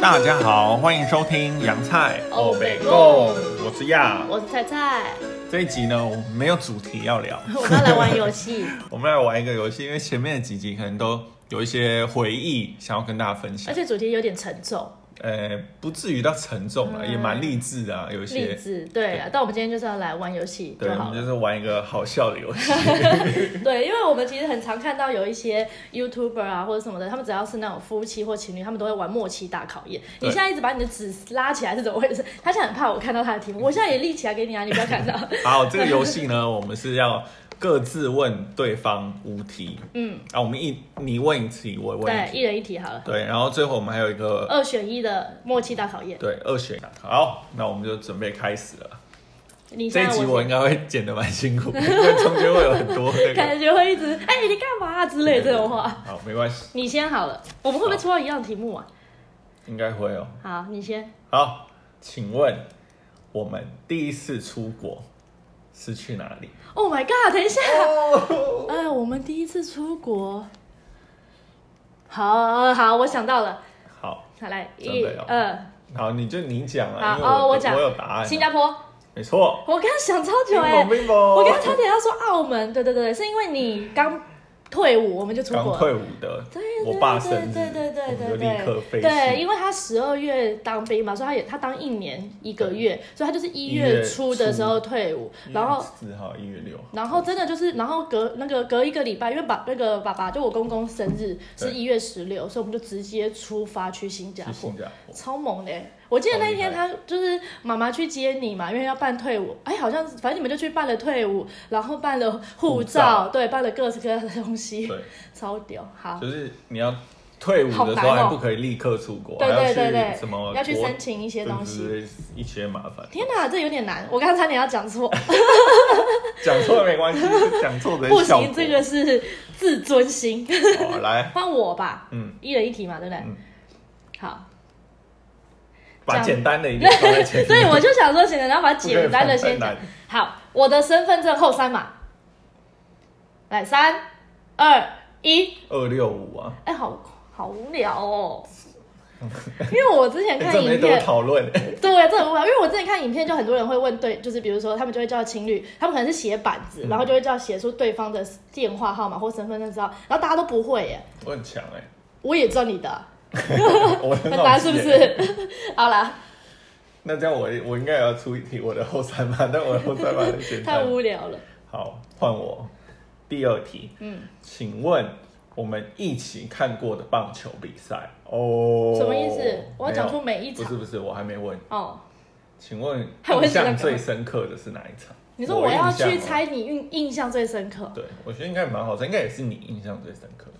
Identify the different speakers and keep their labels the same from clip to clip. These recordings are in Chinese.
Speaker 1: 大家好，欢迎收听洋菜
Speaker 2: 欧北贡
Speaker 1: 哦我是亚。
Speaker 2: 我是菜菜，
Speaker 1: 这一集呢，我们没有主题要聊，
Speaker 2: 我们要来玩游戏。
Speaker 1: 我们来玩一个游戏，因为前面的几集可能都有一些回忆想要跟大家分
Speaker 2: 而
Speaker 1: 享。
Speaker 2: 且主题有点沉重，
Speaker 1: 呃，不至于到沉重了，也蛮励志的啊，有一
Speaker 2: 嗯励
Speaker 1: 些。
Speaker 2: 志。对啊，但我们今天就是要来玩游戏就
Speaker 1: 对，我
Speaker 2: 好
Speaker 1: 们就
Speaker 2: 了。
Speaker 1: 是玩一个好笑的游戏。
Speaker 2: 对，因为我们其实很常看到有一些 YouTuber 啊或者什么的，他们只要是那种夫妻或情侣，他们都会玩默契大考验。你
Speaker 1: 对
Speaker 2: 现在一直把你的纸拉起来是怎么回事？他现在很怕我看到他的题目，我现在也立起来给你啊，你不要看到。
Speaker 1: 好，这个游戏呢，我们是要各自问对方五题
Speaker 2: 嗯，
Speaker 1: 啊，我们一你问一题， 我问
Speaker 2: 对
Speaker 1: 一，题，
Speaker 2: 一人一题好了，
Speaker 1: 对，然后最后我们还有一个
Speaker 2: 二选一的默契大考验。
Speaker 1: 对，二选一。好，那我们就准备开始了。
Speaker 2: 你
Speaker 1: 这
Speaker 2: 现
Speaker 1: 一
Speaker 2: 在
Speaker 1: 集我
Speaker 2: 我
Speaker 1: 应该会剪得蛮辛苦，因 为中间会有很多那个。
Speaker 2: 感觉会一直哎、你干嘛、啊、之类这种话。
Speaker 1: 好，没关系，
Speaker 2: 你先好了，我们会不会出到一样题目啊？
Speaker 1: 应该会哦。
Speaker 2: 好，你先。
Speaker 1: 好，请问我们第一次出国是去哪里？
Speaker 2: Oh my god！等一下，
Speaker 1: 哦
Speaker 2: 哎，我们第一次出国。好好，我想到了，
Speaker 1: 好，
Speaker 2: 再来
Speaker 1: 真
Speaker 2: 一
Speaker 1: 的哦
Speaker 2: 二，
Speaker 1: 好，你就你讲啊，
Speaker 2: 好
Speaker 1: 因为我
Speaker 2: 哦我讲
Speaker 1: 我有答案。啊
Speaker 2: 新加坡。
Speaker 1: 没错，
Speaker 2: 我刚刚想超
Speaker 1: 冰
Speaker 2: 久哎、
Speaker 1: 雹冰雹。
Speaker 2: 我刚刚差点要说澳门，对对对，是因为你刚退伍，我们就出
Speaker 1: 刚
Speaker 2: 国了。
Speaker 1: 退伍的，
Speaker 2: 对
Speaker 1: 我爸生
Speaker 2: 对
Speaker 1: 日，
Speaker 2: 对对对
Speaker 1: 我们就
Speaker 2: 对对
Speaker 1: 立刻飞
Speaker 2: 对，对，因为他十二月当兵嘛，所以他也他当一年一个月，所以他就是一
Speaker 1: 一月嗯
Speaker 2: 月初的时候退伍，然后
Speaker 1: 四号一月六号，
Speaker 2: 然后真的就是，然后隔那个隔一个礼拜，因为爸那个爸爸就我公公生日
Speaker 1: 对
Speaker 2: 是一月十六，所以我们就直接出发去新加
Speaker 1: 去
Speaker 2: 坡
Speaker 1: 新，加坡。
Speaker 2: 超猛的欸、我记得那一天
Speaker 1: 超
Speaker 2: 他就是妈妈去接你嘛，因为要办退伍，哎，好像反正你们就去办了退伍，然后办了护
Speaker 1: 护照
Speaker 2: 照，对，办了各式各样的东西，
Speaker 1: 对，
Speaker 2: 超屌。好，
Speaker 1: 就是你要退伍的时候
Speaker 2: 啊好难
Speaker 1: 还
Speaker 2: 哦
Speaker 1: 不可以立刻出国，
Speaker 2: 对对对
Speaker 1: 还要
Speaker 2: 对
Speaker 1: 去什么
Speaker 2: 要去
Speaker 1: 国
Speaker 2: 申请一些东
Speaker 1: 对
Speaker 2: 西。
Speaker 1: 对对一些麻 烦。
Speaker 2: 天哪，这有点难，我刚才差点要讲 错，
Speaker 1: 讲错了没关系，讲错的
Speaker 2: 不
Speaker 1: 效
Speaker 2: 行，
Speaker 1: 果
Speaker 2: 这个是自尊心。
Speaker 1: 好来，
Speaker 2: 换我吧，
Speaker 1: 嗯，
Speaker 2: 一人一题嘛，对不对？
Speaker 1: 嗯
Speaker 2: 好。
Speaker 1: 把
Speaker 2: 讲
Speaker 1: 简单的一点放在前
Speaker 2: 所以
Speaker 1: 面，
Speaker 2: 我就想说，简单，然后把
Speaker 1: 不可以
Speaker 2: 简单的先
Speaker 1: 放太
Speaker 2: 讲
Speaker 1: 难。
Speaker 2: 好，我的身份证后三码，来三二一，
Speaker 1: 二六五啊，
Speaker 2: 哎，好好无聊 哦。因为我之前
Speaker 1: 哎
Speaker 2: 看
Speaker 1: 这
Speaker 2: 影
Speaker 1: 没得
Speaker 2: 片，
Speaker 1: 讨论。
Speaker 2: 对，这很无聊。因为我之前看影片，就很多人会问对，就是比如说他们就会叫情侣，他们可能是写板
Speaker 1: 嗯
Speaker 2: 子，然后就会叫写出对方的电话号码或身份证资料，然后大家都不会耶。
Speaker 1: 我很强 哎，
Speaker 2: 我也知道你的，
Speaker 1: 我很
Speaker 2: 很
Speaker 1: 好
Speaker 2: 难是不
Speaker 1: 记欸？
Speaker 2: 是？ 好啦，
Speaker 1: 那这样我我应该也要出一题我的后三码，但我的后三码很简
Speaker 2: 太
Speaker 1: 单。
Speaker 2: 无聊了。
Speaker 1: 好，换我第二题。
Speaker 2: 嗯，
Speaker 1: 请问我们一起看过的棒球比赛哦，
Speaker 2: 什么意思？我要讲出
Speaker 1: 没
Speaker 2: 每一
Speaker 1: 有不
Speaker 2: 场
Speaker 1: 是不是，我还没问。
Speaker 2: 哦。
Speaker 1: 请问
Speaker 2: 还会
Speaker 1: 印
Speaker 2: 知道
Speaker 1: 象最深刻的是哪一场？
Speaker 2: 你说我要
Speaker 1: 印
Speaker 2: 去
Speaker 1: 象哦
Speaker 2: 猜你印印象最深刻
Speaker 1: 对，我觉得应该蛮好猜，应该也是你印象最深刻的。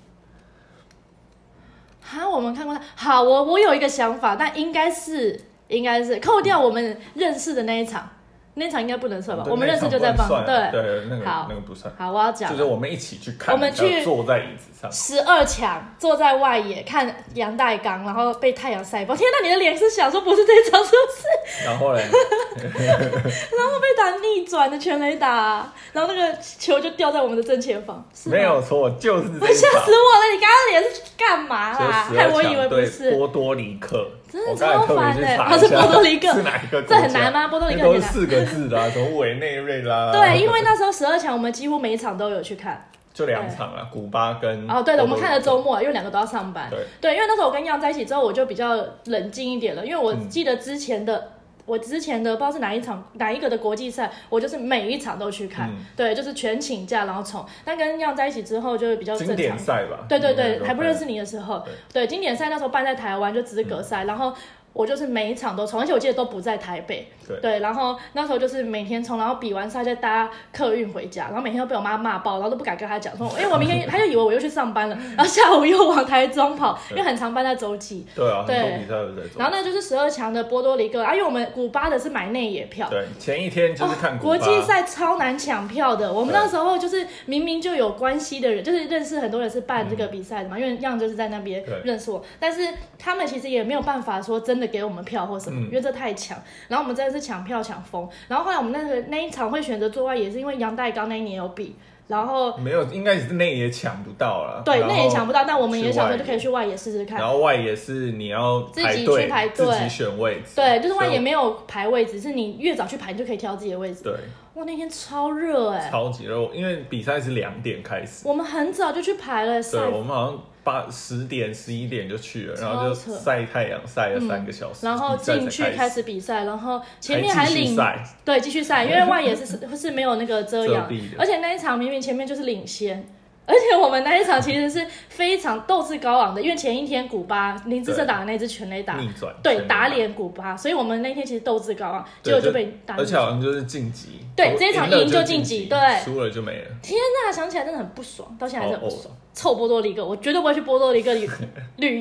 Speaker 2: 哈，我们看过他。好，我我有一个想法，但应该是应该是扣掉我们认识的那一场，那一场应该不能算吧？
Speaker 1: 哦对
Speaker 2: 我们认识就在
Speaker 1: 那场
Speaker 2: 棒
Speaker 1: 不能算啊
Speaker 2: 对。
Speaker 1: 对，那个
Speaker 2: 好
Speaker 1: 那个不算，
Speaker 2: 好，我要讲
Speaker 1: 就是我们一起去看，
Speaker 2: 我们去
Speaker 1: 然后坐在椅子上，
Speaker 2: 十二强坐在外野看杨代刚，然后被太阳晒爆。天哪，你的脸是想说不是这一场是不是？
Speaker 1: 然后嘞，
Speaker 2: 被打逆转的全垒打、然后那个球就掉在我们的正前方，是吗
Speaker 1: 没有错，就是这
Speaker 2: 我
Speaker 1: 一
Speaker 2: 吓
Speaker 1: 场
Speaker 2: 死。我了！你刚刚脸是干嘛啦？
Speaker 1: 就是
Speaker 2: 害啊我以为不
Speaker 1: 对
Speaker 2: 是。
Speaker 1: 波多黎各，
Speaker 2: 真的
Speaker 1: 我刚才特别去查一下
Speaker 2: 超烦的他是波多黎各
Speaker 1: 是哪一个国家？
Speaker 2: 这很难吗波多黎各
Speaker 1: 那都
Speaker 2: 很
Speaker 1: 是
Speaker 2: 难
Speaker 1: 四个字的啊，什么委内瑞拉啊？
Speaker 2: 对，因为那时候十二强，我们几乎每一场都有去看。
Speaker 1: 就两场啊，古巴跟
Speaker 2: 哦，对了，我
Speaker 1: 波多
Speaker 2: 们
Speaker 1: 黎
Speaker 2: 看了周末，因为两个都要上班。
Speaker 1: 对
Speaker 2: 因为那时候我跟样在一起之后，我就比较冷静一点了，因为
Speaker 1: 嗯
Speaker 2: 我记得之前的。我之前的不知道是哪一场哪一个的国际赛，我就是每一场都去看，
Speaker 1: 嗯
Speaker 2: 对，就是全请假然后冲。但跟样在一起之后，就是比较正
Speaker 1: 经典
Speaker 2: 常。
Speaker 1: 赛吧？
Speaker 2: 对对
Speaker 1: 应该
Speaker 2: 对，
Speaker 1: 说
Speaker 2: 还不认识你的时候，对嗯经典赛那时候办在台湾就资格赛，然后我就是每一场都冲，而且我记得都不在台北，
Speaker 1: 对
Speaker 2: 然后那时候就是每天冲，然后比完赛再搭客运回家，然后每天都被我妈骂爆，然后都不敢跟她讲说，哎，我明天，她就以为我又去上班了，然后下午又往台中跑，因为很常搬在洲际。
Speaker 1: 对啊，很
Speaker 2: 对
Speaker 1: 多比赛都在做
Speaker 2: 然。后那就是十二强的波多黎各，啊，因为我们古巴的是买内野票，
Speaker 1: 对，前一天就是看
Speaker 2: 哦
Speaker 1: 古巴
Speaker 2: 国际赛超难抢票的。我
Speaker 1: 对
Speaker 2: 们那时候就是明明就有关系的人，就是认识很多人是办这个比赛的嘛，因为样就是在那边
Speaker 1: 嗯对
Speaker 2: 认识我，但是他们其实也没有办法说真的给我们票或什么，
Speaker 1: 嗯
Speaker 2: 因为这太抢。然后我们真的是抢票抢疯。然后后来我们那个那一场会选择做外，也是因为杨代刚那一年有比。然后
Speaker 1: 没有，应该也是内也抢不到了。
Speaker 2: 对
Speaker 1: 然后
Speaker 2: 内也抢不到，但我们
Speaker 1: 去
Speaker 2: 也想说
Speaker 1: 外
Speaker 2: 就可以去外野试试看
Speaker 1: 然。后外野是你要
Speaker 2: 自己
Speaker 1: 队
Speaker 2: 去排队
Speaker 1: 自己选位置。
Speaker 2: 对，就是外
Speaker 1: 所以
Speaker 2: 野没有排位置，是你越早去排，你就可以挑自己的位置。
Speaker 1: 对，
Speaker 2: 哇，那天超热哎、
Speaker 1: 超级热，因为比赛是两点开始。
Speaker 2: 我们很早就去排了
Speaker 1: 对，
Speaker 2: 赛，
Speaker 1: 我们好像八十点十一点就去了，然后就
Speaker 2: 超扯嗯
Speaker 1: 晒太阳晒了三个小时，
Speaker 2: 然后
Speaker 1: 比赛才
Speaker 2: 进去
Speaker 1: 开
Speaker 2: 开始比赛，然后前面
Speaker 1: 还
Speaker 2: 还
Speaker 1: 继续
Speaker 2: 领
Speaker 1: 赛
Speaker 2: 对继续赛，因为外野是是是没有那个遮阳
Speaker 1: 遮蔽的，
Speaker 2: 而且那一场明明前面就是领先。而且我们那一场其实是非常斗志高昂的，因为前一天古巴林志胜打的那支全垒打，
Speaker 1: 逆转，
Speaker 2: 对打，脸古巴，所以我们那天其实斗志高昂，结果就被打
Speaker 1: 而
Speaker 2: 脸。
Speaker 1: 且好像就是晋级，
Speaker 2: 对这一场
Speaker 1: 了
Speaker 2: 赢就
Speaker 1: 晋
Speaker 2: 晋级对
Speaker 1: 输了就没了，
Speaker 2: 天呐，想起来真的很不爽，到现在还是很不
Speaker 1: 哦
Speaker 2: 爽。臭波多黎各，我绝对不会去波多黎各旅 旅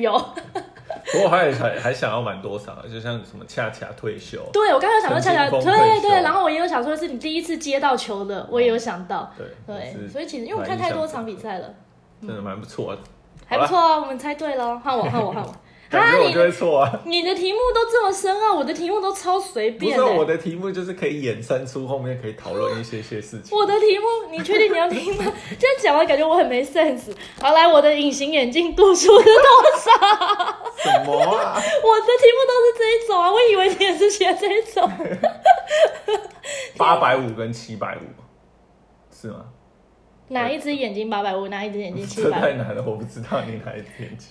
Speaker 2: 游。
Speaker 1: 不过还有还还想要蛮多场的，就像什么恰恰退休，
Speaker 2: 对，我刚刚有想到恰恰，
Speaker 1: 陈金
Speaker 2: 对
Speaker 1: 峰退休
Speaker 2: 对，然后我也有想说，是你第一次接到球的，我也有想到。
Speaker 1: 哦对
Speaker 2: 对，
Speaker 1: 是
Speaker 2: 所以其实因为我们看太多场比赛了，
Speaker 1: 真的蛮不错的，
Speaker 2: 还不错啊，我们猜对了，换我，换我，换我。
Speaker 1: 感觉我就
Speaker 2: 你
Speaker 1: 会错啊。
Speaker 2: 你的题目都这么深奥，我的题目都超随
Speaker 1: 不
Speaker 2: 便
Speaker 1: 是啊
Speaker 2: 的。
Speaker 1: 我的题目就是可以衍生出后面可以讨论一些些事情。
Speaker 2: 我的题目，你确定你要听吗？这样讲完感觉我很没 sense。好，来，我的隐形眼镜度 数是多少？
Speaker 1: 什么啊？
Speaker 2: 我的题目都是这一种啊，我以为你也是学这一种。
Speaker 1: 八百五跟七百五是吗？
Speaker 2: 哪一只眼睛八百五，哪一只眼睛七
Speaker 1: 这
Speaker 2: 百
Speaker 1: 太难了，我不知道你哪一天起。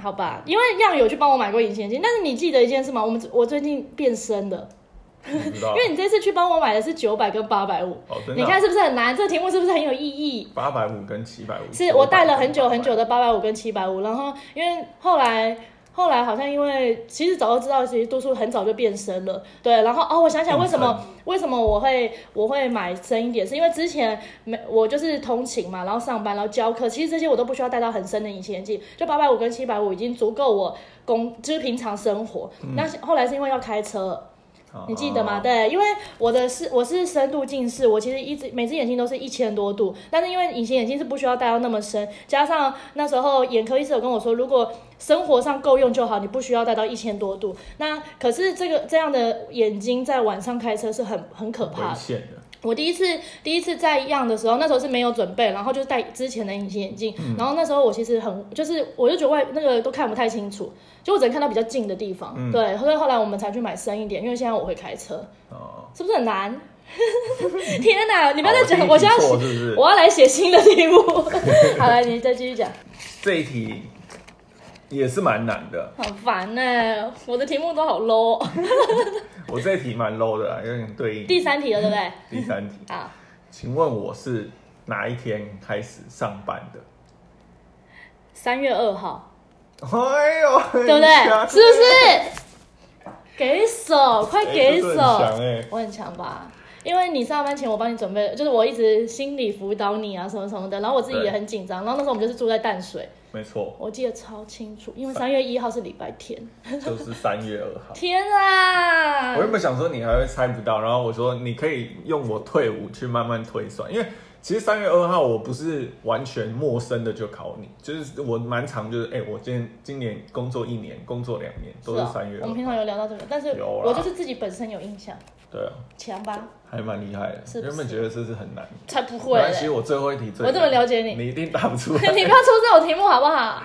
Speaker 2: 好吧，因为样有去帮我买过隐形眼镜，但是你记得一件事吗？我们我最近变身了，
Speaker 1: 我不知道
Speaker 2: 因。为你这次去帮我买的是九百跟八百五
Speaker 1: 哦，真的啊
Speaker 2: 你看是不是很难？这个题目是不是很有意义？
Speaker 1: 八百五跟七百五，
Speaker 2: 是我戴了很久很久
Speaker 1: 的。
Speaker 2: 的八百五跟七百五，然后因为后来后来好像因为其实早就知道，其实度数很早就变深了，对。然后哦，我想起来为什么为什么我会我会买深一点，是因为之前没我就是通勤嘛，然后上班，然后教课，其实这些我都不需要戴到很深的隐形眼镜，就八百五跟七百五已经足够我工就是平常生活。
Speaker 1: 嗯
Speaker 2: 那、后来是因为要开车，
Speaker 1: 哦
Speaker 2: 你记得吗？？对，因为我的是我是深度近视，我其实一直每只眼睛都是一千多度，但是因为隐形眼镜是不需要戴到那么深，加上那时候眼科医师有跟我说，如果生活上够用就好，你不需要戴到一千多度。那可是这个这样的眼睛在晚上开车是很很可
Speaker 1: 危
Speaker 2: 怕的。
Speaker 1: 险的，
Speaker 2: 我第一次第一次在样的时候，那时候是没有准备，然后就戴之前的隐形眼镜，
Speaker 1: 嗯
Speaker 2: 然后那时候我其实很就是我就觉得外那个都看不太清楚，就我只能看到比较近的地
Speaker 1: 嗯
Speaker 2: 方，对，所以后来我们才去买深一点，因为现在我会开车，
Speaker 1: 哦，
Speaker 2: 是不是很难？ 天哪！你不要再
Speaker 1: 好
Speaker 2: 讲，
Speaker 1: 我
Speaker 2: 我
Speaker 1: 第一题错
Speaker 2: 现在
Speaker 1: 是不是
Speaker 2: 我要来写新的题目。 好了，你再继续讲，
Speaker 1: 这一题也是蛮难的。
Speaker 2: 很烦呢、我的题目都好 low。哦
Speaker 1: 我这一题蛮 low 的啦，有点对应
Speaker 2: 第三题了，对不对？
Speaker 1: 第三题。
Speaker 2: 好，
Speaker 1: 请问我是哪一天开始上班的？
Speaker 2: 三月二号，
Speaker 1: 哎呦，对
Speaker 2: 对不对？是不是？给手，快给
Speaker 1: 哎这
Speaker 2: 手！
Speaker 1: 真的很强哎
Speaker 2: 我很强吧？因为你上班前我帮你准备了，就是我一直心理辅导你啊，什么什么的，然后我自己
Speaker 1: 对
Speaker 2: 也很紧张。然后那时候我们就是住在淡水，
Speaker 1: 没错，
Speaker 2: 我记得超清楚，因为三月一号是礼拜天。
Speaker 1: 就是三月二号。
Speaker 2: 天啊！
Speaker 1: 我原本想说你还会猜不到，然后我说你可以用我退伍去慢慢推算，因为其实三月二号我不是完全陌生的就考你，就是我蛮常就是哎、我今天今年工作一年，工作两年都是
Speaker 2: 啊
Speaker 1: 三月
Speaker 2: 我
Speaker 1: 二
Speaker 2: 们
Speaker 1: 号，
Speaker 2: 平常有聊到这个，但是
Speaker 1: 有啦
Speaker 2: 我就是自己本身有印象，
Speaker 1: 对啊，
Speaker 2: 强吧？
Speaker 1: 还蛮厉害的。
Speaker 2: 是不是
Speaker 1: 原本觉得这是很难，
Speaker 2: 才不会
Speaker 1: 没
Speaker 2: 嘞、
Speaker 1: 关系，我最后一题最难，
Speaker 2: 我这么了解你
Speaker 1: 你一定答不出来。
Speaker 2: 你不要出这种题目好不好？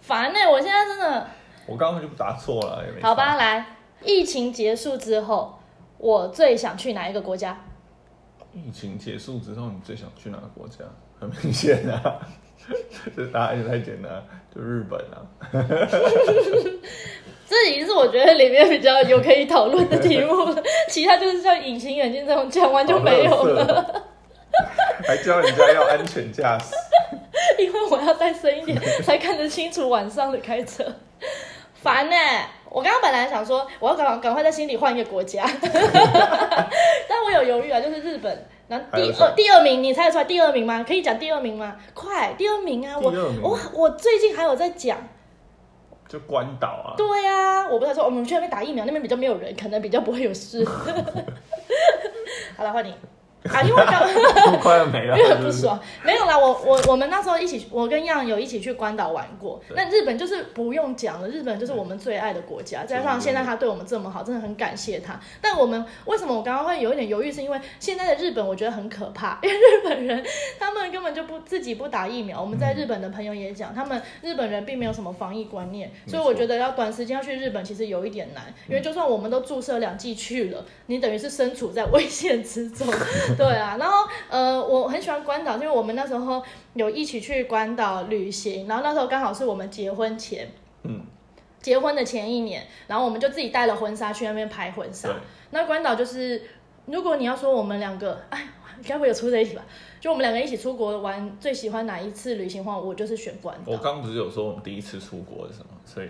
Speaker 2: 烦呢、我现在真的
Speaker 1: 我刚刚就答错了，也没差
Speaker 2: 好吧。。来，疫情结束之后，我最想去哪一个国家？
Speaker 1: 疫情结束之后，你最想去哪个国家？很明显啊， 这答案也太简单了，就日本啊。
Speaker 2: 这已经是我觉得里面比较有可以讨论的题目 了，其他就是像隐形眼镜这种讲完 就没有
Speaker 1: 好垃圾
Speaker 2: 了，
Speaker 1: 哦。 还教人家要安全驾驶，
Speaker 2: 因为我要再深一点才看得清楚晚上的开车，烦呢、欸我刚刚本来想说我要赶赶快在心里换一个 国家，但我有犹豫啊，就是日本。然后第
Speaker 1: 还有
Speaker 2: 二第二名，你猜得出来第二名吗？可以讲第二名吗？快，第二名啊！我
Speaker 1: 第二名
Speaker 2: 我我最近还有在讲，
Speaker 1: 就关岛啊，
Speaker 2: 对呀、我不是说哦我们 去那边打疫苗，那边比较没有人，可能比较不会有事。好了，换你。啊，因为刚
Speaker 1: 快要没了，
Speaker 2: 因为
Speaker 1: 是
Speaker 2: 很
Speaker 1: 不
Speaker 2: 不
Speaker 1: 是
Speaker 2: 爽，没有啦，我我我们那时候一起，我跟样有一起去关岛玩过。
Speaker 1: 对
Speaker 2: 那日本就是不用讲了，日本就是我们最爱的国家，
Speaker 1: 嗯
Speaker 2: 加上现在他对我们这么好，真的很感谢他。但我们为什么我刚刚会有一点犹豫，是因为现在的日本我觉得很可怕，因为日本人他们根本就不自己不打疫苗。我们在日本的朋友也讲，他们日本人并没有什么防疫观念，
Speaker 1: 没错
Speaker 2: 所以我觉得要短时间要去日本其实有一点难，因为就算我们都注射两剂去了，你等于是身处在危险之中。 对啊，然后呃，我很喜欢关岛，是因为我们那时候有一起去关岛旅行，然后那时候刚好是我们结婚前，
Speaker 1: 嗯，
Speaker 2: 结婚的前一年，然后我们就自己带了婚纱去那边拍婚纱
Speaker 1: 对。，
Speaker 2: 那关岛就是，如果你要说我们两个，哎，该不会有出在一起吧？就我们两个一起出国玩，最喜欢哪一次旅行的话，我就是选关岛
Speaker 1: 我。刚不是有说我们第一次出国是什么，所以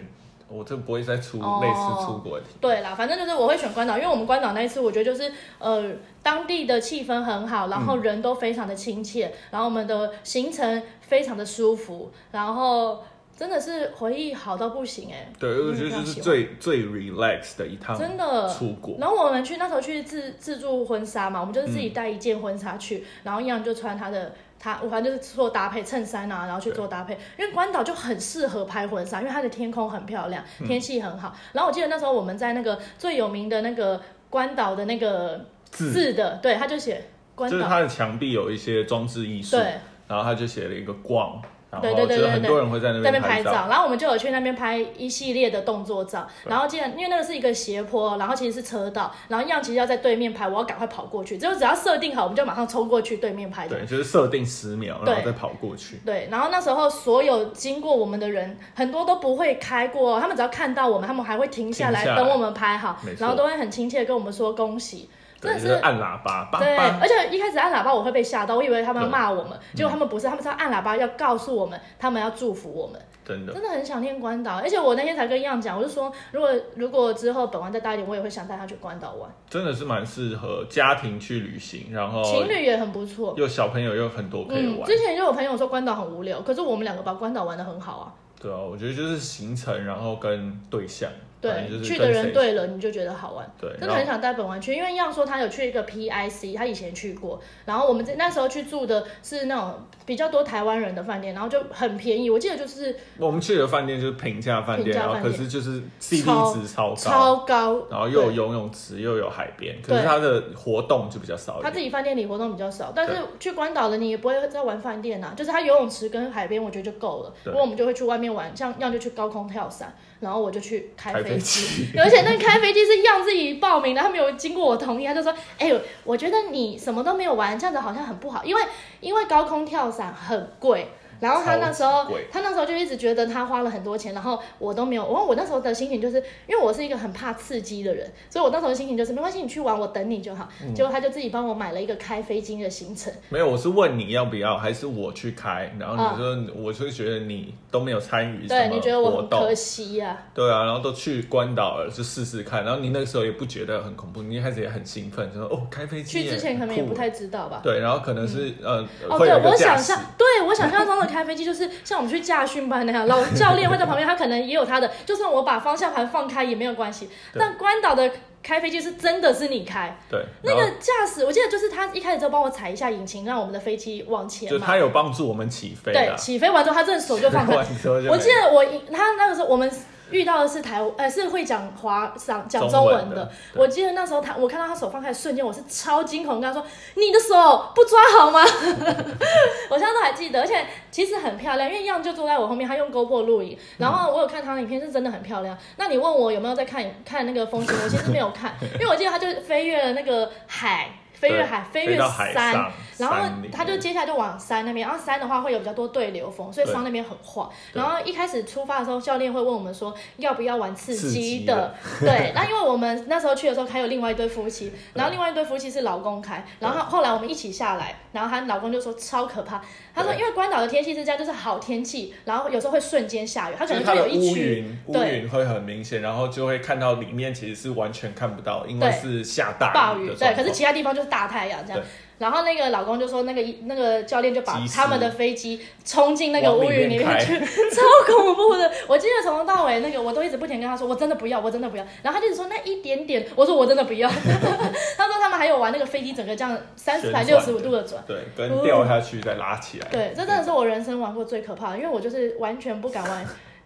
Speaker 1: 我这不会再出
Speaker 2: 哦
Speaker 1: 类似出国的题。
Speaker 2: 对啦，反正就是我会选关岛，因为我们关岛那一次，我觉得就是呃，当地的气氛很好，然后人都非常的亲切，然后我们的行程非常的舒服，然后真的是回忆好到不行哎、
Speaker 1: 对，我
Speaker 2: 嗯
Speaker 1: 觉得就
Speaker 2: 非常
Speaker 1: 是
Speaker 2: 喜欢
Speaker 1: 最最 relax 的一趟
Speaker 2: 真的
Speaker 1: 出国，
Speaker 2: 然后我们去那时候去自自助婚纱嘛，我们就是自己带一件婚纱去，然后一样就穿他的他，我反正就是做搭配衬衫啊，然后去做搭配。
Speaker 1: 嗯
Speaker 2: 因为关岛就很适合拍婚纱，因为它的天空很漂亮，
Speaker 1: 嗯
Speaker 2: 天气很好。然后我记得那时候我们在那个最有名的那个关岛的那个
Speaker 1: 字
Speaker 2: 字的，对，他就写关
Speaker 1: 就是
Speaker 2: 岛，
Speaker 1: 它的墙壁有一些装置艺术，
Speaker 2: 对，
Speaker 1: 然后他就写了一个逛，然
Speaker 2: 对
Speaker 1: 后就
Speaker 2: 对对
Speaker 1: 是
Speaker 2: 对
Speaker 1: 很
Speaker 2: 对
Speaker 1: 多人会在那
Speaker 2: 在那
Speaker 1: 边
Speaker 2: 边拍
Speaker 1: 照，
Speaker 2: 照，然后我们就有去那边拍一系列的动作照，
Speaker 1: 对
Speaker 2: 然后既然因为那个是一个斜坡，然后其实是车道，然后样其实要在对面拍，我要赶快跑过去，就只要设定好，我们就马上冲过去对面拍这样
Speaker 1: 对，就是设定十秒，然后
Speaker 2: 对
Speaker 1: 再跑过去。
Speaker 2: 对，然后那时候所有经过我们的人，很多都不会开过，他们只要看到我们，他们还会停下来
Speaker 1: 停下来
Speaker 2: 等我们拍好
Speaker 1: 没，错
Speaker 2: 然后都会很亲切地跟我们说恭喜，真
Speaker 1: 对，
Speaker 2: 的
Speaker 1: 就是是按喇叭，叭
Speaker 2: 对，
Speaker 1: 叭，
Speaker 2: 而且一开始按喇叭我会被吓到，我以为他们要骂我们，
Speaker 1: 嗯
Speaker 2: 结果他们不是，他们是要按喇叭要告诉我们，他们要祝福我们，
Speaker 1: 真的
Speaker 2: 真的很想念关岛。而且我那天才跟样讲，我就说如果如果之后本王再大一点，我也会想带他去关岛玩，
Speaker 1: 真的是蛮适合家庭去旅行，然后
Speaker 2: 情侣也很不错。
Speaker 1: 又小朋友哦又很多可以
Speaker 2: 嗯，
Speaker 1: 玩。
Speaker 2: 之前就有朋友说关岛很无聊，可是我们两个把关岛玩的很好啊。
Speaker 1: 对啊，我觉得就是行程，然后跟对象，反
Speaker 2: 对，
Speaker 1: 正就是
Speaker 2: 去
Speaker 1: 跟
Speaker 2: 的
Speaker 1: 谁
Speaker 2: 人对了，你就觉得好玩。
Speaker 1: 对，
Speaker 2: 真
Speaker 1: 然
Speaker 2: 的
Speaker 1: 后
Speaker 2: 很想带本玩去，因为样说他有去一个 PIC，他以前去过，然后我们这那时候去住的是那种比较多台湾人的饭店，然后就很便宜，我记得就是
Speaker 1: 我们去的饭店就是平价饭
Speaker 2: 平
Speaker 1: 店，
Speaker 2: 价
Speaker 1: 然后
Speaker 2: 饭
Speaker 1: 可
Speaker 2: 店
Speaker 1: 是就是 CP
Speaker 2: 超
Speaker 1: 值超高，
Speaker 2: 超高，
Speaker 1: 然后又有游泳池又有海边，可是
Speaker 2: 对
Speaker 1: 它的活动就比较少一
Speaker 2: 他自
Speaker 1: 点。
Speaker 2: 己饭店里活动比较少，但是
Speaker 1: 对
Speaker 2: 去关岛的你也不会在玩饭店啊，就是他游泳池跟海边我觉得就够了，
Speaker 1: 对
Speaker 2: 不过我们就会去外面玩，像样就去高空跳伞，然后我就去开
Speaker 1: 开
Speaker 2: 飞
Speaker 1: 飞
Speaker 2: 机，
Speaker 1: 机，
Speaker 2: 而且那个开飞机是样自己报名的，他没有经过我同意，他就说：“哎、我觉得你什么都没有玩，这样子好像很不好，因为因为高空跳伞很贵。”然后他那时
Speaker 1: 超
Speaker 2: 候
Speaker 1: 级贵，
Speaker 2: 他那时候就一直觉得他花了很多钱，然后我都没有。我我那时候的心情就是，因为我是一个很怕刺激的人，所以我那时候的心情就是没关系，你去玩，我等你就好。
Speaker 1: 嗯
Speaker 2: 结果他就自己帮我买了一个开飞机的行程，
Speaker 1: 没有，我是问你要不要，还是我去开？然后你说，我就觉得你都没有参与什
Speaker 2: 嗯对，
Speaker 1: 么
Speaker 2: 你觉得我
Speaker 1: 活
Speaker 2: 很
Speaker 1: 动
Speaker 2: 可，惜呀、
Speaker 1: 对啊，然后都去关岛了，就试试看。然后你那个时候也不觉得很恐怖，你一开始也很兴奋，就说哦，开飞机
Speaker 2: 去
Speaker 1: 耶
Speaker 2: 之前可能也
Speaker 1: 很酷
Speaker 2: 不太知道吧。
Speaker 1: 对，然后可能是、呃
Speaker 2: 哦，
Speaker 1: 会
Speaker 2: 对
Speaker 1: 有一，个
Speaker 2: 我
Speaker 1: 驾
Speaker 2: 想
Speaker 1: 驶
Speaker 2: 象，，对我想象中的开飞机就是像我们去驾训班那样，老教练会在旁边，他可能也有他的，就算我把方向盘放开也没有关系。
Speaker 1: 对
Speaker 2: 但关岛的开飞机是真的是你开，
Speaker 1: 对，
Speaker 2: 那
Speaker 1: 然后
Speaker 2: 个驾驶，我记得就是他一开始就帮我踩一下引擎，让我们的飞机往前
Speaker 1: 就
Speaker 2: 嘛。
Speaker 1: 他有帮助我们起飞
Speaker 2: 对，
Speaker 1: 啊，
Speaker 2: 起飞完之后，他真的手就放 开，
Speaker 1: 完之后就
Speaker 2: 我记
Speaker 1: 没了
Speaker 2: 得我一他那个时候我们遇到的是台呃是会讲华讲讲
Speaker 1: 中
Speaker 2: 中
Speaker 1: 文
Speaker 2: 文
Speaker 1: 的
Speaker 2: 的，
Speaker 1: 对
Speaker 2: 我记得那时候他我看到他手放开的瞬间，我是超惊恐，跟他说你的手不抓好吗？ 我现在都还记得，而且其实很漂亮，因为样就坐在我后面，他用 GoPro 录影，然后我有看他的影片，是真的很漂亮。那你问我有没有在看看那个风景，我其实没有看， 因为我记得他就飞越了那个海，飞越
Speaker 1: 对
Speaker 2: 海，
Speaker 1: 飞
Speaker 2: 越
Speaker 1: 到海
Speaker 2: 山
Speaker 1: 上，
Speaker 2: 然后
Speaker 1: 山里
Speaker 2: 他就
Speaker 1: 面
Speaker 2: 接下来就往山那边，然后山的话会有比较多对流风，所以
Speaker 1: 对
Speaker 2: 山那边很晃。
Speaker 1: 对
Speaker 2: 然后一开始出发的时候，教练会问我们说要不要玩刺
Speaker 1: 刺激
Speaker 2: 激的，对。那因为我们那时候去的时候还有另外一对夫妻，然后另外一对夫妻是老公开，然后后来我们一起下来，然后她老公就说超可怕，他说
Speaker 1: 对
Speaker 2: 因为关岛的天气是这样，就是好天气，然后有时候会瞬间下雨，他可
Speaker 1: 就是
Speaker 2: 能
Speaker 1: 它
Speaker 2: 就
Speaker 1: 的
Speaker 2: 有一
Speaker 1: 乌
Speaker 2: 区
Speaker 1: 云，乌
Speaker 2: 对
Speaker 1: 云会很明显，然后就会看到里面其实是完全看不到，因为
Speaker 2: 对
Speaker 1: 是下大
Speaker 2: 暴
Speaker 1: 雨
Speaker 2: 雨，
Speaker 1: 的
Speaker 2: 对，
Speaker 1: 状况。
Speaker 2: 可是其他地方就是大太阳这样
Speaker 1: 对。
Speaker 2: 然后那个老公就说，那个那个教练就把
Speaker 1: 及时
Speaker 2: 他们的飞机冲进那个乌云里面
Speaker 1: 往里面开
Speaker 2: 去， 超恐怖的。我记得从头到尾那个我都一直不停跟他说，我真的不要，我真的不要。然后他就一直说那一点点，我说我真的不要。 他说他们还有玩那个飞机整个这样三十百
Speaker 1: 旋
Speaker 2: 六
Speaker 1: 转
Speaker 2: 十五度的转。
Speaker 1: 对，跟掉下去再拉起来。
Speaker 2: 嗯对，这真的是我人生玩过最可怕的，因为我就是完全不敢玩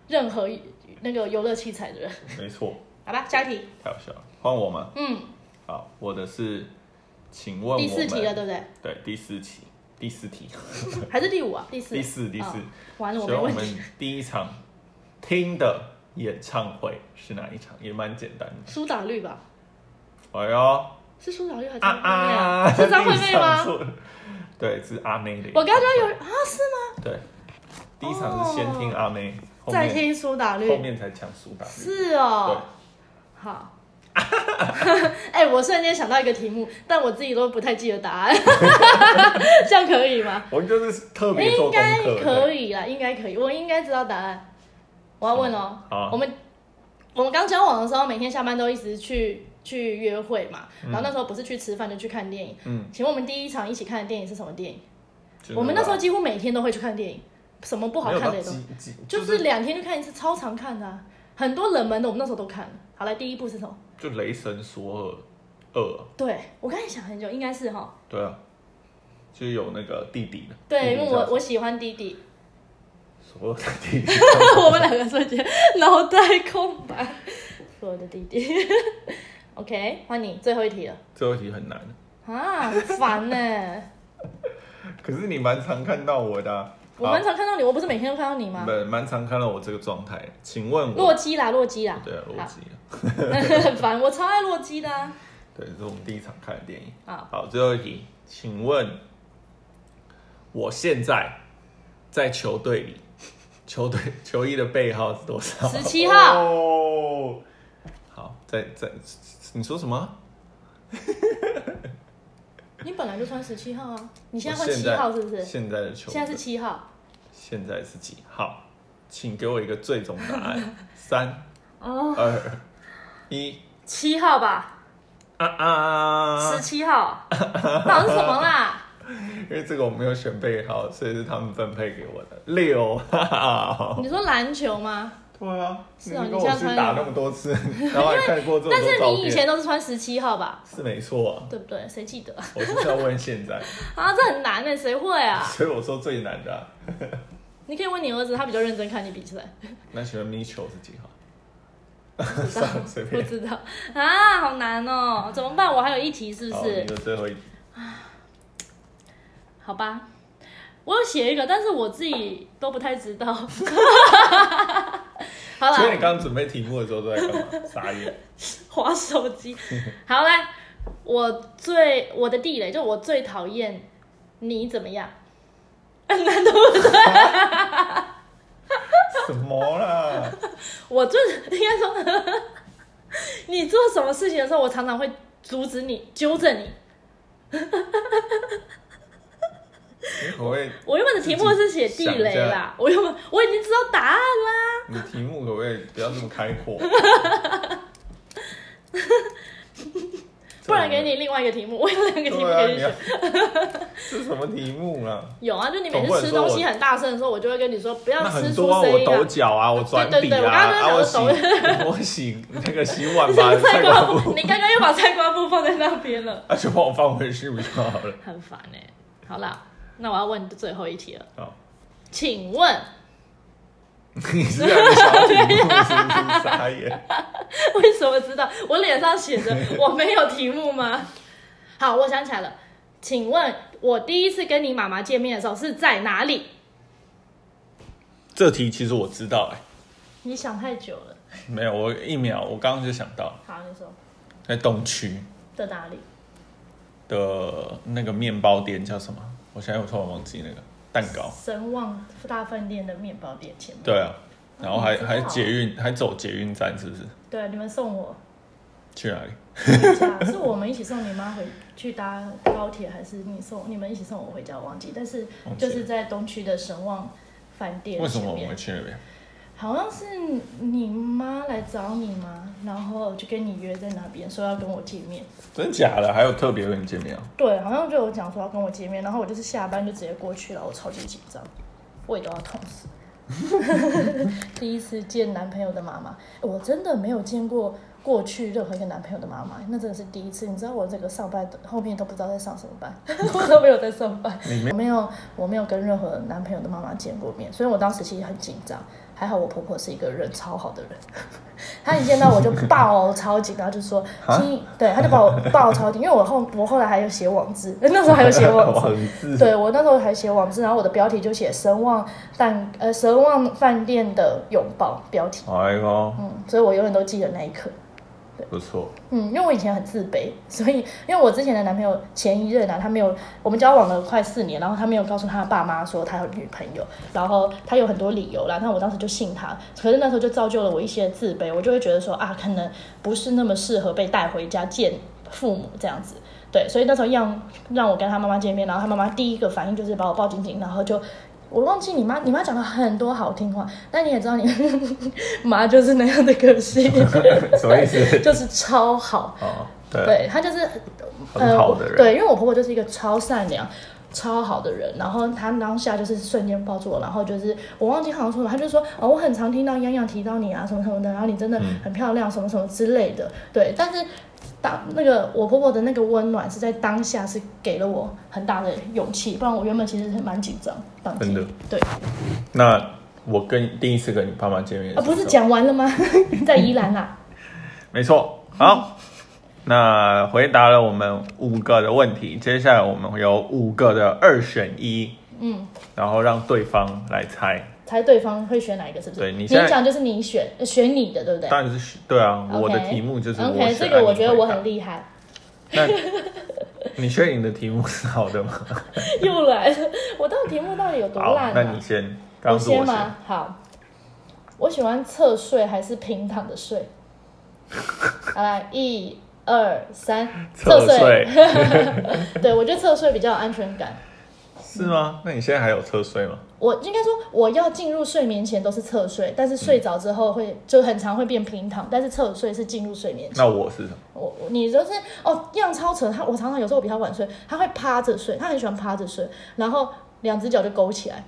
Speaker 2: 任何一那个游乐器材的人。
Speaker 1: 没错，
Speaker 2: 好吧，下一题，
Speaker 1: 太好笑了。换我吗？
Speaker 2: 嗯，
Speaker 1: 好，我的是，请问我们
Speaker 2: 第四题了，对不对？
Speaker 1: 对，第四题，第四题，
Speaker 2: 还是第五啊？第 四？
Speaker 1: 第四，第四
Speaker 2: 哦。完了，我
Speaker 1: 所
Speaker 2: 没
Speaker 1: 以我
Speaker 2: 问
Speaker 1: 们
Speaker 2: 题。
Speaker 1: 第一场听的演唱会是哪一场？也蛮简单的。
Speaker 2: 苏打绿吧，
Speaker 1: 哎呦，啊
Speaker 2: 是苏打绿还是张惠妹啊？
Speaker 1: 啊！
Speaker 2: 是张惠妹
Speaker 1: 第一场
Speaker 2: 吗？
Speaker 1: 是？对，是阿妹的。
Speaker 2: 我刚刚有人啊，是吗？
Speaker 1: 对，第一场是先听阿妹，后
Speaker 2: 在
Speaker 1: 面
Speaker 2: 哦听苏打
Speaker 1: 后
Speaker 2: 绿，
Speaker 1: 面才抢苏打绿。
Speaker 2: 是哦。好。 哎、我瞬间想到一个题目，但我自己都不太记得答 案，这样可以吗？
Speaker 1: 我们就是特别做
Speaker 2: 应
Speaker 1: 功
Speaker 2: 该
Speaker 1: 课，
Speaker 2: 可
Speaker 1: 以。
Speaker 2: 以啦，应该可以，我应该知道答案。我要问哦、
Speaker 1: 好啊
Speaker 2: 我们我们刚交往的时候，每天下班都一直去去约会嘛，然后那时候不是去吃饭就去看电影。
Speaker 1: 嗯，
Speaker 2: 请问我们第一场一起看的电影是什么电影？
Speaker 1: 就是啊
Speaker 2: 我们那时候几乎每天都会去看电影，什么不好
Speaker 1: 没有
Speaker 2: 看
Speaker 1: 到
Speaker 2: 的也都，
Speaker 1: 几几，
Speaker 2: 就
Speaker 1: 就是是
Speaker 2: 两天就看一次，超常看的啊、很多冷门的我们那时候都看了。好来，第一部是什么？
Speaker 1: 就雷神索尔二，
Speaker 2: 对我刚才想很久，应该是哈。
Speaker 1: 对啊，就有那个弟弟的。
Speaker 2: 对，因为我
Speaker 1: 我
Speaker 2: 我喜欢弟弟，
Speaker 1: 索尔的弟弟，
Speaker 2: 我们两个瞬间脑袋空白。我的弟 弟，OK，换你最后一题了
Speaker 1: 最后一题很难。
Speaker 2: 啊，很烦呢、
Speaker 1: 可是你蛮常看到我的、啊，
Speaker 2: 我蛮常看到你，我不是每天都看到你
Speaker 1: 好
Speaker 2: 吗？
Speaker 1: 不蛮常看到我这个状态。请问
Speaker 2: 洛
Speaker 1: 我
Speaker 2: 基啦，洛基啦，
Speaker 1: 对啊，
Speaker 2: 好
Speaker 1: 逻辑啊，
Speaker 2: 很 烦，我超爱洛基的、啊。
Speaker 1: 对，这是我们第一场看的电影。
Speaker 2: 好，
Speaker 1: 好，最后一题，请问我现在在球队里，球队球衣的背号是多少？
Speaker 2: 17号
Speaker 1: 哦，好，在在，你说什么？
Speaker 2: 你本来就穿十七号啊，你现在
Speaker 1: 我
Speaker 2: 换七号是不是？
Speaker 1: 现在的球
Speaker 2: 现在
Speaker 1: 队
Speaker 2: 是七号。
Speaker 1: 现在是几号？请给我一个最终答案。三
Speaker 2: 哦，
Speaker 1: 二一，
Speaker 2: 七号吧，
Speaker 1: 啊啊！
Speaker 2: 十七号，那是什么啦？
Speaker 1: 因为这个我没有选备好，所以是他们分配给我的六 号。
Speaker 2: 你说篮球吗？
Speaker 1: 对啊，
Speaker 2: 是哦
Speaker 1: 你跟
Speaker 2: 你
Speaker 1: 我
Speaker 2: 现在
Speaker 1: 去
Speaker 2: 穿
Speaker 1: 打那么多 次，然后还看过这么
Speaker 2: 但
Speaker 1: 多
Speaker 2: 是
Speaker 1: 照
Speaker 2: 你以
Speaker 1: 片，
Speaker 2: 前都是穿十七号吧，
Speaker 1: 是没错啊。
Speaker 2: 对不对？谁记得
Speaker 1: 我就是要问现在，
Speaker 2: 啊？这很难呢、谁会啊？
Speaker 1: 所以我说最难的啊、
Speaker 2: 你可以问你儿子，他比较认真看你比赛，
Speaker 1: 那请问 Mitchell 是几号？
Speaker 2: 不知道
Speaker 1: 算了随，
Speaker 2: 不
Speaker 1: 便
Speaker 2: 知道啊，好难哦，怎么办？我还有一题是不
Speaker 1: 好，你
Speaker 2: 是？
Speaker 1: 的最后一题。
Speaker 2: 好吧，我有写一个，但是我自己都不太知道。 好
Speaker 1: 所以
Speaker 2: 了
Speaker 1: 你，刚刚准备题目的时候都在干嘛？傻眼。
Speaker 2: 划手 机。好来，我最我的地雷就我最讨厌你怎么样？
Speaker 1: 什么啦？
Speaker 2: 我就是应该说， 你做什么事情的时候，我常常会阻止你、纠正你。
Speaker 1: 你可不可以？
Speaker 2: 我原本的题目是写地雷
Speaker 1: 想一
Speaker 2: 啦
Speaker 1: 下，
Speaker 2: 我原本我已经知道答案啦。
Speaker 1: 你题目可不可以不要这么开阔？
Speaker 2: 不然给你另外一个题目，我有两个题目
Speaker 1: 啊对啊，
Speaker 2: 给
Speaker 1: 你
Speaker 2: 你
Speaker 1: 要
Speaker 2: 选。
Speaker 1: 这 什么题目啊？
Speaker 2: 有啊，就你每
Speaker 1: 总不
Speaker 2: 次
Speaker 1: 能
Speaker 2: 吃
Speaker 1: 说
Speaker 2: 东
Speaker 1: 我
Speaker 2: 西很大声的时候，我就会跟你说不要
Speaker 1: 那
Speaker 2: 吃
Speaker 1: 很
Speaker 2: 出
Speaker 1: 多啊，
Speaker 2: 声
Speaker 1: 我
Speaker 2: 音
Speaker 1: 抖
Speaker 2: 啊。
Speaker 1: 脚啊，我转笔
Speaker 2: 对对对我
Speaker 1: 啊，
Speaker 2: 刚刚
Speaker 1: 啊，我
Speaker 2: 就
Speaker 1: 洗
Speaker 2: 想
Speaker 1: 我洗那个洗碗吧，
Speaker 2: 是菜
Speaker 1: 菜
Speaker 2: 瓜
Speaker 1: 瓜
Speaker 2: 布，
Speaker 1: 布，
Speaker 2: 你刚刚又把菜瓜布放在那边了，
Speaker 1: 啊，就帮我放回去不就好 了？
Speaker 2: 很烦哎、好啦，那我要问最后一题了，
Speaker 1: 好，
Speaker 2: 请问
Speaker 1: 你是两个小题目，是不是傻眼？
Speaker 2: 为什么知道？我脸上写 着我没有题目吗？好，我想起来了，请问我第一次跟你妈妈见面的时候是在哪里？
Speaker 1: 这题其实我知道，哎，
Speaker 2: 你想太久了。
Speaker 1: 没有，我一秒，我刚刚就想到，哎
Speaker 2: 好，你说
Speaker 1: 在东区
Speaker 2: 在哪里？
Speaker 1: 的那个面包店叫什么？我现在我突然忘记那个蛋糕。
Speaker 2: 神旺大饭店的面包店前面。
Speaker 1: 对啊，然后还
Speaker 2: 你知道
Speaker 1: 还捷运，还走捷运站是不是？
Speaker 2: 对，你们送我
Speaker 1: 去哪里？
Speaker 2: 回家， 是我们一起送你妈回去搭高铁，还是你送你们一起送我回家？我忘记，但是
Speaker 1: 忘记
Speaker 2: 就
Speaker 1: 了
Speaker 2: 是在东区的神旺饭店
Speaker 1: 为什
Speaker 2: 前
Speaker 1: 么我们
Speaker 2: 面
Speaker 1: 会。去那边？
Speaker 2: 好像是你妈来找你吗？然后就跟你约在那边，说要跟我见面。
Speaker 1: 真假的？还有特别跟你见面啊？
Speaker 2: 对，好像就有讲说要跟我见面，然后我就是下班就直接过去了，我超级紧张，胃都要痛死。 第一次见男朋友的妈妈，我真的没有见过过去任何一个男朋友的妈妈，那真的是第一次。你知道我这个上班的后面都不知道在上什么班， 我都没有在上班，
Speaker 1: 你没
Speaker 2: 我没有我没有跟任何男朋友的妈妈见过面，所以我当时其实很紧张。还好我婆婆是一个人超好的人， 她一见到我就抱超紧，然后就说
Speaker 1: 啊
Speaker 2: 亲，对，她就把我抱超紧，因为我后我后来还有写网志，那时候还有 写网
Speaker 1: 哦
Speaker 2: 志，
Speaker 1: 字
Speaker 2: 对我那时候还写网志，然后我的标题就写“神望饭呃神望饭店的拥抱”标题，
Speaker 1: 哎呦，
Speaker 2: 嗯，所以我永远都记得那一刻。
Speaker 1: 不错，
Speaker 2: 嗯，因为我以前很自卑，所以因为我之前的男朋友前一任啊，他没有我们交往了快四年，然后他没有告诉他爸妈说他有女朋友，然后他有很多理由啦，那我当时就信他，可是那时候就造就了我一些自卑，我就会觉得说啊，可能不是那么适合被带回家见父母这样子。对，所以那时候让让我跟他妈妈见面，然后他妈妈第一个反应就是把我抱紧紧，然后就我忘记你妈，你妈讲了很多好听话，但你也知 道你妈就是那样的个性，
Speaker 1: 什么意思？
Speaker 2: 就是超好，
Speaker 1: 哦，对，
Speaker 2: 对他就是
Speaker 1: 很好的人
Speaker 2: 呃，对，因为我婆婆就是一个超善良、超好的人，然后她当下就是瞬间抱住我，然后就是我忘记好像说什么，她就说哦，我很常听到洋洋提到你啊，什么什么的，然后你真的
Speaker 1: 嗯
Speaker 2: 很漂亮，什么什么之类的，对，但是。当那个我婆婆的那个温暖是在当下是给了我很大的勇气，不然我原本其实是蛮紧张，当
Speaker 1: 真
Speaker 2: 天
Speaker 1: 的
Speaker 2: 对啊
Speaker 1: 那我跟第一次跟你爸妈见面
Speaker 2: 啊，
Speaker 1: 的时候
Speaker 2: 不是讲完了吗？ 在宜兰啦、
Speaker 1: 没错。好，那回答了我们五个的问题，接下来我们有五个的二选一，
Speaker 2: 嗯，
Speaker 1: 然后让对方来猜。
Speaker 2: 猜对方会选哪一个，是不是？
Speaker 1: 对你
Speaker 2: 你
Speaker 1: 现在
Speaker 2: 讲就是你选呃选你的，对不对？
Speaker 1: 当然是对啊
Speaker 2: OK
Speaker 1: 我的题目就是我
Speaker 2: OK，
Speaker 1: 选啊
Speaker 2: 这个我
Speaker 1: 爱你
Speaker 2: 觉得我
Speaker 1: 回答
Speaker 2: 很厉害，
Speaker 1: 那你确定你的题目是好的 吗？
Speaker 2: 又来了。 我到底题目到底有多
Speaker 1: 好，
Speaker 2: 烂、啊？
Speaker 1: 那你先，刚
Speaker 2: 我
Speaker 1: 刚是我
Speaker 2: 先
Speaker 1: 先，
Speaker 2: 吗？好，我喜欢侧睡还是平躺 的睡？好啦，一二三，
Speaker 1: 侧睡
Speaker 2: 睡。对，我觉得侧睡比较有安全感。
Speaker 1: 是吗？那你现在还有侧睡吗？
Speaker 2: 我应该说，我要进入睡眠前都是侧睡，但是睡着之后会、就很常会变平躺，但是侧睡是进入睡眠前。
Speaker 1: 那我 是什么？
Speaker 2: 我我你就是哦，样超扯。他我常常有时候我比他晚睡，他会趴着睡，他很喜欢趴着睡，然后两只脚就勾起来。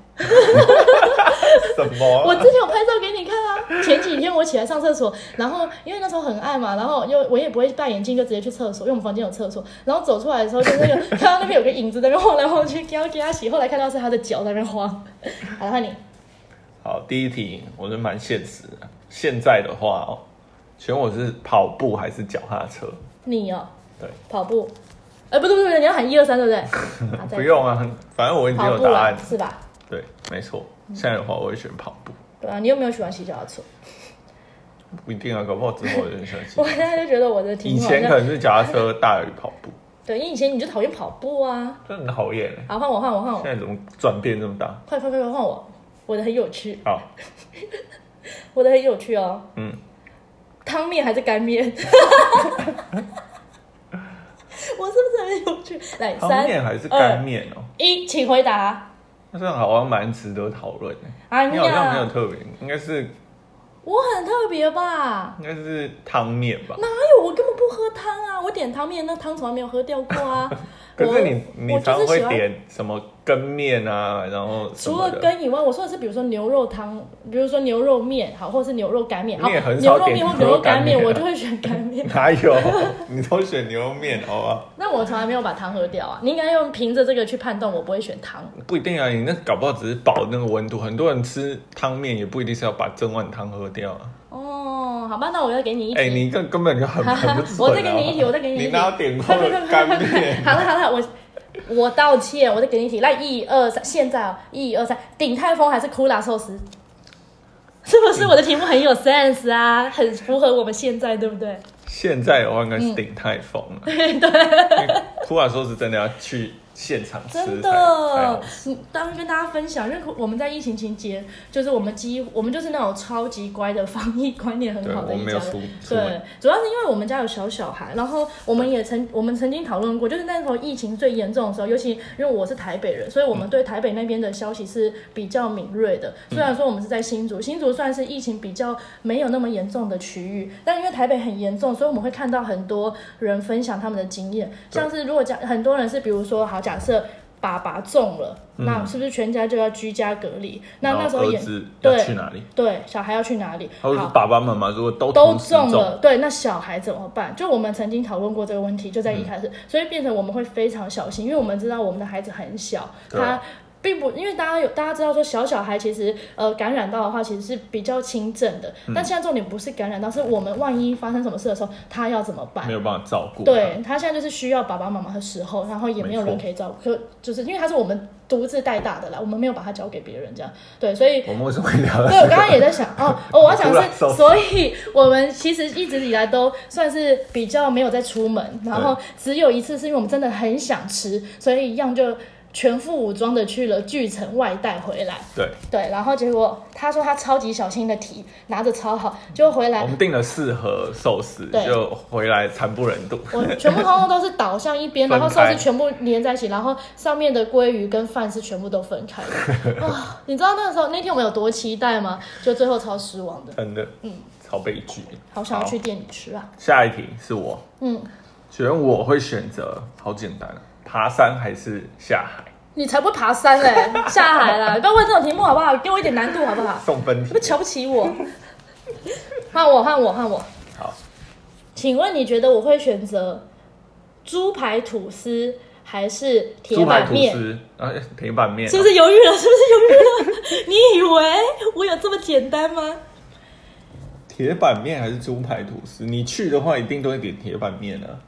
Speaker 1: 什么
Speaker 2: 我
Speaker 1: 啊？
Speaker 2: 之前有拍照给你看啊。前几天我起来上厕所，然后因为那时候很暗嘛，然后又我也不会戴眼镜，就直接去厕所，因为我们房间有厕所。然后走出来的时候，就那个看到那边有个影子在那边晃来晃去，给他给他洗。后来看到是他的脚在那边晃。 好，换你。
Speaker 1: 好，第一题我是蛮现实的。现在的话哦，选我是跑步还是脚踏车？
Speaker 2: 你哦，
Speaker 1: 对，
Speaker 2: 跑步。哎、不对不对，你要喊一二三，对不对？ 啊再
Speaker 1: 不用啊，反正我已经
Speaker 2: 跑
Speaker 1: 有
Speaker 2: 步
Speaker 1: 答
Speaker 2: 了
Speaker 1: 案。
Speaker 2: 是吧？
Speaker 1: 对，没错。现在的话，我会选跑步，
Speaker 2: 对啊，你有没有喜欢骑脚踏车？
Speaker 1: 不一定啊，搞不好之后我就很喜欢骑
Speaker 2: 我。现在就觉得我的题
Speaker 1: 以
Speaker 2: 目好像
Speaker 1: 前可能是脚踏车大于跑步，
Speaker 2: 对，因为以前你就讨厌跑步啊。
Speaker 1: 真的很讨厌欸。
Speaker 2: 好，换我，换我，换我，
Speaker 1: 现在怎么转变这么大？啊
Speaker 2: 快快快快换我！我的很有趣，
Speaker 1: 好，
Speaker 2: 我的很有趣哦。
Speaker 1: 嗯，
Speaker 2: 汤面还是干面？ 我是不是很有趣？来，
Speaker 1: 汤
Speaker 2: 三
Speaker 1: 面还是干面哦？
Speaker 2: 一，请回答。
Speaker 1: 那这样好像蛮值得讨论的。
Speaker 2: 啊
Speaker 1: 你好像没有，特别，应该是
Speaker 2: 我很特别吧？
Speaker 1: 应该是汤面吧？。
Speaker 2: 哪有？我根本不喝汤啊！我点汤面，那汤从来没有喝掉过啊
Speaker 1: 可
Speaker 2: 我
Speaker 1: 是你你
Speaker 2: 我
Speaker 1: 常
Speaker 2: 就是
Speaker 1: 会
Speaker 2: 喜欢
Speaker 1: 点什么羹面啊，然后什
Speaker 2: 除
Speaker 1: 么
Speaker 2: 了
Speaker 1: 的。
Speaker 2: 羹以外，我说的是，比如说牛肉汤，比如说牛肉面，好，或者是牛肉干面，好，
Speaker 1: 你也很
Speaker 2: 牛
Speaker 1: 少
Speaker 2: 肉
Speaker 1: 点
Speaker 2: 面或
Speaker 1: 牛
Speaker 2: 牛
Speaker 1: 肉
Speaker 2: 肉
Speaker 1: 干
Speaker 2: 干
Speaker 1: 面啊。
Speaker 2: 面，我就会选干面
Speaker 1: 哪有？ 你都选牛肉面，好吧？
Speaker 2: 那我从来没有把汤喝掉啊！你应该用凭着这个去判断，我不会选汤。
Speaker 1: 不一定啊，你那搞不好只是保那个温度。很多人吃汤面也不一定是要把整碗汤喝掉啊。
Speaker 2: 哦，好吧，那我要给你一
Speaker 1: 哎、
Speaker 2: 题。
Speaker 1: 你这根本就很很不准、啊。
Speaker 2: 我再给你一题，我再给一
Speaker 1: 你
Speaker 2: 题。
Speaker 1: 哪有 点过
Speaker 2: 快快快快
Speaker 1: 干
Speaker 2: 快快！
Speaker 1: 面？
Speaker 2: 好了好了，我我道歉，我再给你一题。来，一二三，现在哦，一二三，鼎泰丰还是库拉寿司？是不是我的题目很有 sense 啊？很符合我们现在，对不对？哦啊
Speaker 1: 啊现在的话应该是鼎泰丰了。对，突然说是真的要去现场吃
Speaker 2: 真
Speaker 1: 才才好
Speaker 2: 的
Speaker 1: 吃，
Speaker 2: 嗯当然跟大家分享，因为我们在疫情期间，就是我们几乎我们就是那种超级乖的防疫观念很
Speaker 1: 对，
Speaker 2: 好的
Speaker 1: 我
Speaker 2: 一
Speaker 1: 没
Speaker 2: 家
Speaker 1: 有
Speaker 2: 人
Speaker 1: 出出
Speaker 2: 对
Speaker 1: 门，，
Speaker 2: 主要是因为我们家有小小孩，然后我们也曾我们曾经讨论过，就是那时候疫情最严重的时候，尤其因为我是台北人，所以我们对台北那边的消息是比较敏锐的。
Speaker 1: 嗯
Speaker 2: 虽然说我们是在新竹，新竹算是疫情比较没有那么严重的区域，但因为台北很严重，所以我们会看到很多人分享他们的经验，
Speaker 1: 对
Speaker 2: 像是如果讲很多人是比如说好假设。爸爸中了，那是不是全家就要居家隔离？那
Speaker 1: 嗯然后
Speaker 2: 那时候
Speaker 1: 儿
Speaker 2: 也
Speaker 1: 子要
Speaker 2: 对
Speaker 1: 去哪里？
Speaker 2: 对小孩要去哪里？
Speaker 1: 或者
Speaker 2: 好
Speaker 1: 是爸爸妈妈如果都
Speaker 2: 都
Speaker 1: 同时
Speaker 2: 中了，对，那小孩怎么办？就我们曾经讨论过这个问题，就在一开始，所以变成我们会非常小心，因为我们知道我们的孩子很小，
Speaker 1: 对啊
Speaker 2: 他。并不，因为大家有大家知道说小小孩其实呃感染到的话其实是比较轻症的，但现在重点不是感染到，是我们万一发生什么事的时候，他要怎么办
Speaker 1: 没？有办法照顾，，
Speaker 2: 对他现在就是需要爸爸妈妈的时候，然后也没有人可以照顾，就就是因为他是我们独自带大的啦，我们没有把他交给别人这样，对，所以
Speaker 1: 我们为什么会聊到
Speaker 2: 对，我
Speaker 1: 这
Speaker 2: 刚
Speaker 1: 个？
Speaker 2: 刚也在想哦，哦，我要 讲
Speaker 1: 突然
Speaker 2: 是，
Speaker 1: 受
Speaker 2: 所以我们其实一直以来都 算是比较没有在出门，然后只有一次是因为我们真的很想吃，所以一样就全副武装的去了巨城外带回来。
Speaker 1: 对，
Speaker 2: 对，然后结果他说他超级小心的提，拿着超好，结果回来
Speaker 1: 我们订了四盒寿司，
Speaker 2: 对
Speaker 1: 就回来惨不忍睹。
Speaker 2: 我全部通通都是倒向一 边，
Speaker 1: 分
Speaker 2: 然
Speaker 1: 开
Speaker 2: 后寿司全部连在一起，然后上面的鲑鱼跟饭是全部都分开 的。啊，你知道那个时候那天我们有多期待吗？就最后超失望的，
Speaker 1: 真的，嗯，超悲剧。
Speaker 2: 好想要去店里吃啊。
Speaker 1: 下一题是我，
Speaker 2: 嗯，
Speaker 1: 请问我会选择，好简单啊，爬山还是下海？
Speaker 2: 你才不会爬山嘞、 下海啦！你不要问这种题目好不好？给我一点难度好不好？
Speaker 1: 送分
Speaker 2: 你
Speaker 1: 题
Speaker 2: 不，瞧不起我？ 换我，换我，换我。
Speaker 1: 好，
Speaker 2: 请问你觉得我会选择猪排吐司还是铁
Speaker 1: 猪排
Speaker 2: 板
Speaker 1: 吐
Speaker 2: 面？
Speaker 1: 司，啊，铁板面，
Speaker 2: 是不是犹豫了？是不是犹豫了？ 你以为我有这么简单吗？
Speaker 1: 铁板面还是猪排吐司？你去的话一定都会点铁板面啊。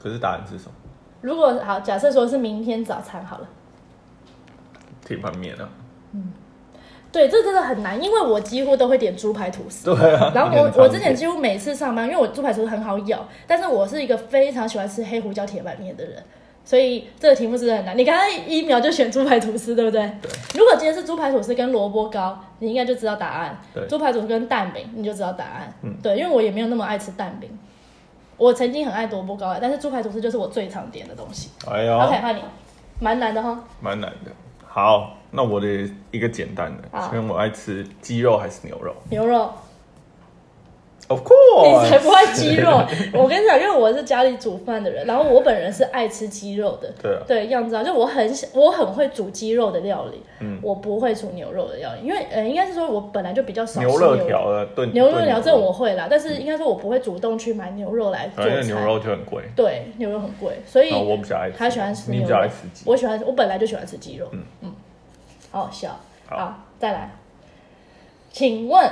Speaker 1: 可是答案是什么？
Speaker 2: 如果好，假设说是明天早餐好了，
Speaker 1: 铁板面啊。
Speaker 2: 对，这真的很难，因为我几乎都会点猪排吐司。
Speaker 1: 对啊。
Speaker 2: 然后
Speaker 1: 你很
Speaker 2: 我
Speaker 1: 常
Speaker 2: 我之前
Speaker 1: 点
Speaker 2: 几乎每次上班，因为我猪排其实很好咬，但是我是一个非常喜欢吃黑胡椒铁板面的人，所以这个题目真的很难。你刚刚一秒就选猪排吐司，对不对？
Speaker 1: 对。
Speaker 2: 如果今天是猪排吐司跟萝卜糕，你应该就知道答案。
Speaker 1: 对
Speaker 2: 猪排吐司跟蛋饼，你就知道答案。
Speaker 1: 嗯
Speaker 2: 对，因为我也没有那么爱吃蛋饼，我曾经很爱萝卜糕，但是猪排吐司就是我最常点的东西。
Speaker 1: 哎
Speaker 2: OK，
Speaker 1: 呦，
Speaker 2: 换你，蛮难的哈。
Speaker 1: 蛮难的。好，那我的一个简单的，
Speaker 2: 好
Speaker 1: 请问我爱吃鸡肉还是牛肉
Speaker 2: 牛肉，
Speaker 1: ？Of
Speaker 2: 你
Speaker 1: course，
Speaker 2: 才不爱鸡肉。我跟你讲，因为我是家里煮饭的人，然后我本人是爱吃鸡肉的。
Speaker 1: 对啊，
Speaker 2: 对，样子啊，就我很喜我很会煮鸡肉的料理，
Speaker 1: 嗯
Speaker 2: 我不会煮牛肉的料理，因为呃，应该是说我本来就比较少吃
Speaker 1: 牛
Speaker 2: 肉
Speaker 1: 肉条的炖
Speaker 2: 牛肉
Speaker 1: 炖
Speaker 2: 条这我会啦，但是应该说我不会主动去买牛肉来做
Speaker 1: 反
Speaker 2: 菜，
Speaker 1: 正牛肉就很贵。
Speaker 2: 对牛肉很贵，所以
Speaker 1: 然后我比较爱吃，
Speaker 2: 他喜欢吃
Speaker 1: 你
Speaker 2: 牛
Speaker 1: 比
Speaker 2: 肉
Speaker 1: 较爱吃鸡。
Speaker 2: 我喜欢我本来就喜欢吃鸡肉，
Speaker 1: 嗯
Speaker 2: 嗯好好笑，
Speaker 1: 好
Speaker 2: 再来，请问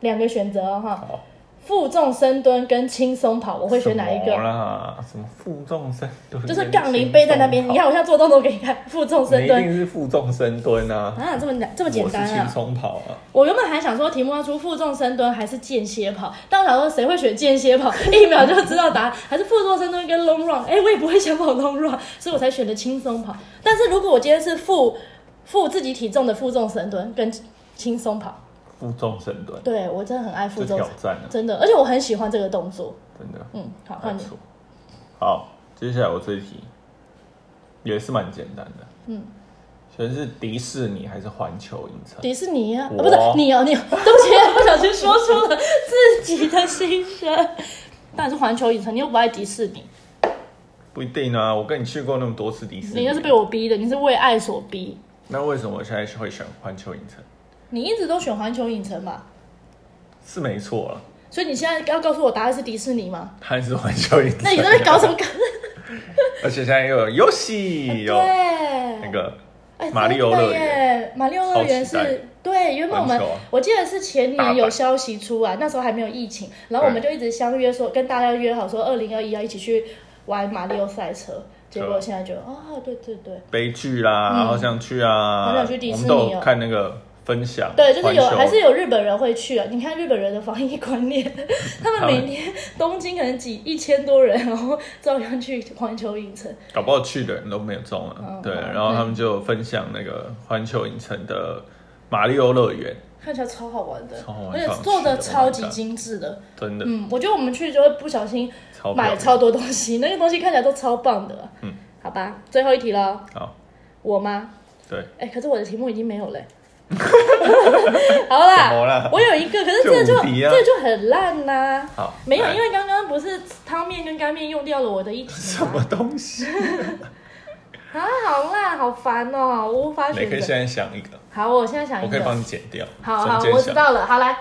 Speaker 2: 两个选择哦哈，
Speaker 1: 好，
Speaker 2: 负重深蹲跟轻松跑，我会选哪一
Speaker 1: 什
Speaker 2: 个
Speaker 1: 么？啦？什么负重深蹲？
Speaker 2: 就是杠铃背在那边，你看我现在做动作给你看，负重
Speaker 1: 你
Speaker 2: 深
Speaker 1: 一
Speaker 2: 蹲
Speaker 1: 定是负重深蹲啊，
Speaker 2: 啊，这么难，这么简单
Speaker 1: 我是轻
Speaker 2: 啊！
Speaker 1: 松跑啊，
Speaker 2: 我原本还想说题目要出负重深蹲还是间歇跑，但我想说谁会选间歇跑，一秒就知道答案，还是负重深蹲跟 long run。哎、我也不会想跑 long run，所以我才选的轻松跑。但是如果我今天是负负自己体重的负重深蹲跟轻松跑，
Speaker 1: 负重深蹲，
Speaker 2: 对我真的很爱负
Speaker 1: 这
Speaker 2: 重
Speaker 1: 挑
Speaker 2: 深，
Speaker 1: 战啊，
Speaker 2: 真的，而且我很喜欢这个动作。
Speaker 1: 真的
Speaker 2: 嗯，好，换
Speaker 1: 没
Speaker 2: 你。
Speaker 1: 错。好，接下来我这一题也是蛮简单的，
Speaker 2: 嗯，
Speaker 1: 全是迪士尼还是环球影城？
Speaker 2: 迪士尼啊，啊
Speaker 1: 我
Speaker 2: 不是你哦、你、 哦，对不 起，不小心说出了自己的心声。当然是环球影城，你又不爱迪士尼，
Speaker 1: 不一定啊，我跟你去过那么多次迪士尼，
Speaker 2: 你又是被我逼的，你是为爱所逼。
Speaker 1: 那为什么我现在会选环球影城？
Speaker 2: 你一直都选环球影城嘛，
Speaker 1: 是没错啊了，
Speaker 2: 所以你现在要告诉我答案是迪士尼吗？
Speaker 1: 还是环球影城？
Speaker 2: 那你在那边搞 什么搞？
Speaker 1: 而且现在又有游戏，有
Speaker 2: 啊对，
Speaker 1: 哦那个
Speaker 2: 哎
Speaker 1: 马里奥乐园
Speaker 2: 真的耶，马里奥乐园
Speaker 1: 超期待
Speaker 2: 是对，原本我们
Speaker 1: 环球啊
Speaker 2: 我记得是前
Speaker 1: 大阪
Speaker 2: 年有消息出啊来，那时候还没有疫情，然后我们就一直相约说跟大家约好说二零二一要一起去玩马里奥赛车，结果
Speaker 1: 对啊
Speaker 2: 现在就哦，对对对，
Speaker 1: 悲剧啦，好想去啊！
Speaker 2: 好想去迪士尼哦
Speaker 1: 我们都有看那个分享，
Speaker 2: 对，就是有
Speaker 1: 环球
Speaker 2: 还是有日本人会去啊。你看日本人的防疫观念， 他们
Speaker 1: 他们
Speaker 2: 每年东京可能几一千多人，然后照样去环球影城。
Speaker 1: 搞不好去的人都没有中啊。
Speaker 2: 嗯
Speaker 1: 对，
Speaker 2: 好
Speaker 1: 然后他们就分享那个环球影城的马里奥乐园，
Speaker 2: 看起来超好玩的，
Speaker 1: 超好玩
Speaker 2: 而且
Speaker 1: 超好
Speaker 2: 做的
Speaker 1: 吃的
Speaker 2: 超级
Speaker 1: 我跟你讲
Speaker 2: 精致的。
Speaker 1: 真的、
Speaker 2: 嗯，我觉得我们去就会不小心
Speaker 1: 超漂
Speaker 2: 买
Speaker 1: 亮。
Speaker 2: 超多东西，那个东西看起来都超棒的。
Speaker 1: 嗯，
Speaker 2: 好吧，最后一题了，
Speaker 1: 好，
Speaker 2: 我吗？
Speaker 1: 对，
Speaker 2: 哎、可是我的题目已经没有 了欸、好
Speaker 1: 怎么啦
Speaker 2: 啦，我有一个，可是这个就
Speaker 1: 就无敌啊哎
Speaker 2: 这个就很烂呐、
Speaker 1: 好，
Speaker 2: 没有，
Speaker 1: 来
Speaker 2: 因为刚刚不是汤面跟干面用掉了我的一题
Speaker 1: 什么
Speaker 2: 吗？
Speaker 1: 东 西？
Speaker 2: 啊，好啦，好烦哦、我无法
Speaker 1: 你可以
Speaker 2: 选
Speaker 1: 现
Speaker 2: 择。
Speaker 1: 在想一个，
Speaker 2: 好，我现在想一
Speaker 1: 我
Speaker 2: 个
Speaker 1: 可以。帮你剪掉。
Speaker 2: 好
Speaker 1: 中
Speaker 2: 好，
Speaker 1: 间
Speaker 2: 我知
Speaker 1: 想
Speaker 2: 道了。好来，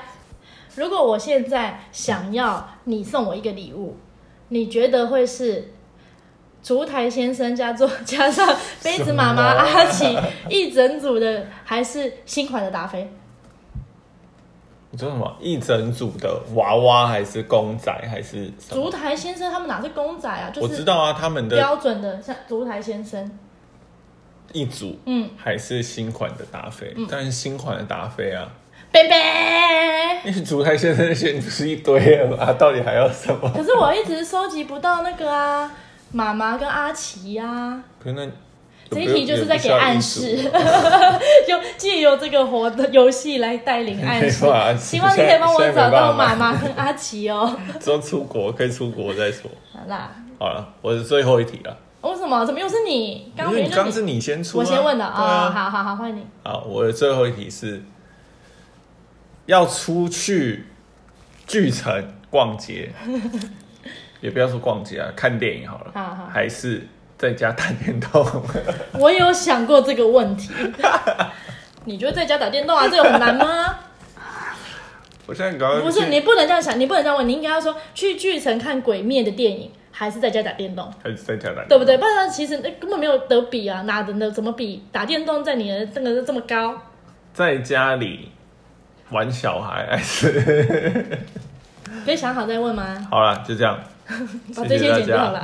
Speaker 2: 如果我现在想要你送我一个礼物，你觉得会是烛台先生加做加上杯子
Speaker 1: 什
Speaker 2: 妈妈
Speaker 1: 么啊
Speaker 2: 阿奇一整组的，还是新款的达菲？
Speaker 1: 你说什么？一整组的娃娃还是公仔还是什么？
Speaker 2: 烛台先生他们哪是公仔啊？就
Speaker 1: 我知
Speaker 2: 是
Speaker 1: 道啊，他们的
Speaker 2: 标准的像烛台先生。
Speaker 1: 一组
Speaker 2: 嗯，
Speaker 1: 还是新款的达菲，但是新款的达菲啊，
Speaker 2: 贝贝。
Speaker 1: 因为竹台先生那些不是一堆了吗？ 到底还要什么？
Speaker 2: 可是我一直收集不到那个啊，妈妈跟阿奇呀、啊。
Speaker 1: 可是那
Speaker 2: 这
Speaker 1: 有
Speaker 2: 一
Speaker 1: 没有
Speaker 2: 题就是在给暗示，
Speaker 1: 也不需要一组啊
Speaker 2: 就借由这个活的游戏来带领暗 示
Speaker 1: 没办法。
Speaker 2: 希望你可以帮我
Speaker 1: 现在
Speaker 2: 找
Speaker 1: 没办
Speaker 2: 到
Speaker 1: 法
Speaker 2: 妈妈跟阿 奇哦。
Speaker 1: 之后出国可以出国再说。
Speaker 2: 好啦，
Speaker 1: 好了，我是最后一题了，啊
Speaker 2: 为什么？怎么又是你？刚
Speaker 1: 因
Speaker 2: 刚
Speaker 1: 为
Speaker 2: 明
Speaker 1: 你
Speaker 2: 明
Speaker 1: 刚
Speaker 2: 就是
Speaker 1: 你先出、啊，
Speaker 2: 我先问的
Speaker 1: 对
Speaker 2: 哦。
Speaker 1: 啊。
Speaker 2: 好好好，换你。
Speaker 1: 好，我的最后一题是要出去巨城逛 街，也不要说逛街啊，看电影好了，
Speaker 2: 好好
Speaker 1: 还是在家 打电动。
Speaker 2: 我有想过这个问 题。你觉得在家打电动啊，这有很 难吗？
Speaker 1: 我现在搞
Speaker 2: 不是，你不能这样想，你不能这样问，你应该要说去巨城看《鬼灭》的电影，还是在家打电动？
Speaker 1: 还是在家打电动，
Speaker 2: 对不对？？不然其实那根本没有得比啊，哪能的怎么比？打电动在你的这个这么高，
Speaker 1: 在家里玩小孩还 是
Speaker 2: 可以想好再问吗？
Speaker 1: 好了，就这样。
Speaker 2: 把
Speaker 1: 谢
Speaker 2: 这
Speaker 1: 谢
Speaker 2: 些
Speaker 1: 大
Speaker 2: 剪掉
Speaker 1: 家。
Speaker 2: 了。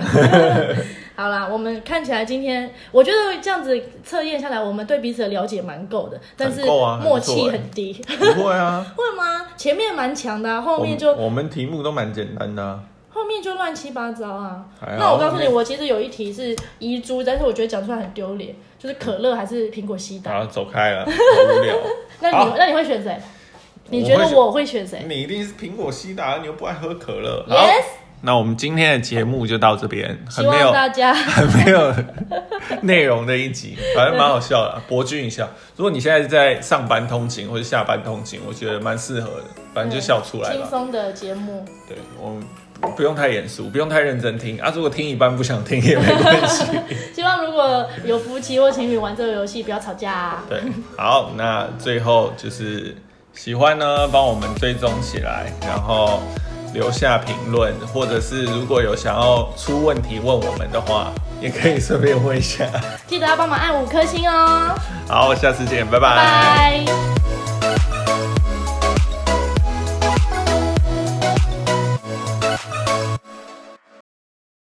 Speaker 2: 好啦，我们看起来今天，我觉得这样子测验下来，我们对彼此的了解蛮够的，但是
Speaker 1: 很够啊
Speaker 2: 默
Speaker 1: 很不
Speaker 2: 契
Speaker 1: 错欸
Speaker 2: 很低，
Speaker 1: 不会 啊，
Speaker 2: 会吗？前面蛮强的啊、后
Speaker 1: 我
Speaker 2: 面
Speaker 1: 们
Speaker 2: 就
Speaker 1: 我们题目都蛮简单的、 啊，
Speaker 2: 后面就乱七八糟啊。
Speaker 1: 还好
Speaker 2: 那我告诉你，
Speaker 1: 哎后面
Speaker 2: 我其实有一题是遗珠，但是我觉得讲出来很丢脸，就是可乐还是苹果西打。
Speaker 1: 好走开 了，好无聊。
Speaker 2: 那你
Speaker 1: 好
Speaker 2: 那你会选谁？你
Speaker 1: 我
Speaker 2: 觉
Speaker 1: 会
Speaker 2: 得
Speaker 1: 选
Speaker 2: 我会选谁
Speaker 1: 你一定是苹果西打，你又不爱喝可乐。好
Speaker 2: ？Yes，
Speaker 1: 那我们今天的节目就到这边，很
Speaker 2: 希
Speaker 1: 没有
Speaker 2: 望大 家
Speaker 1: 很没有内容的一集，反正蛮好笑 的，博君一笑。如果你现在是在上班通勤或者下班通勤，我觉得蛮适合的，反正就笑出来
Speaker 2: 轻
Speaker 1: 吧。
Speaker 2: 松的节目。
Speaker 1: 对，我们不不用太严肃，不用太认真听啊。如果听一半不想听也没关系。
Speaker 2: 希望如果有夫妻或情侣玩这个游戏，不要吵架、啊。
Speaker 1: 对，好，那最后就是喜欢呢，帮我们追踪起来，然后留下评论，或者是如果有想要出问题问我们的话，也可以顺便问一下。
Speaker 2: 记得要帮忙按五颗星哦，
Speaker 1: 好，下次见，
Speaker 2: 拜拜。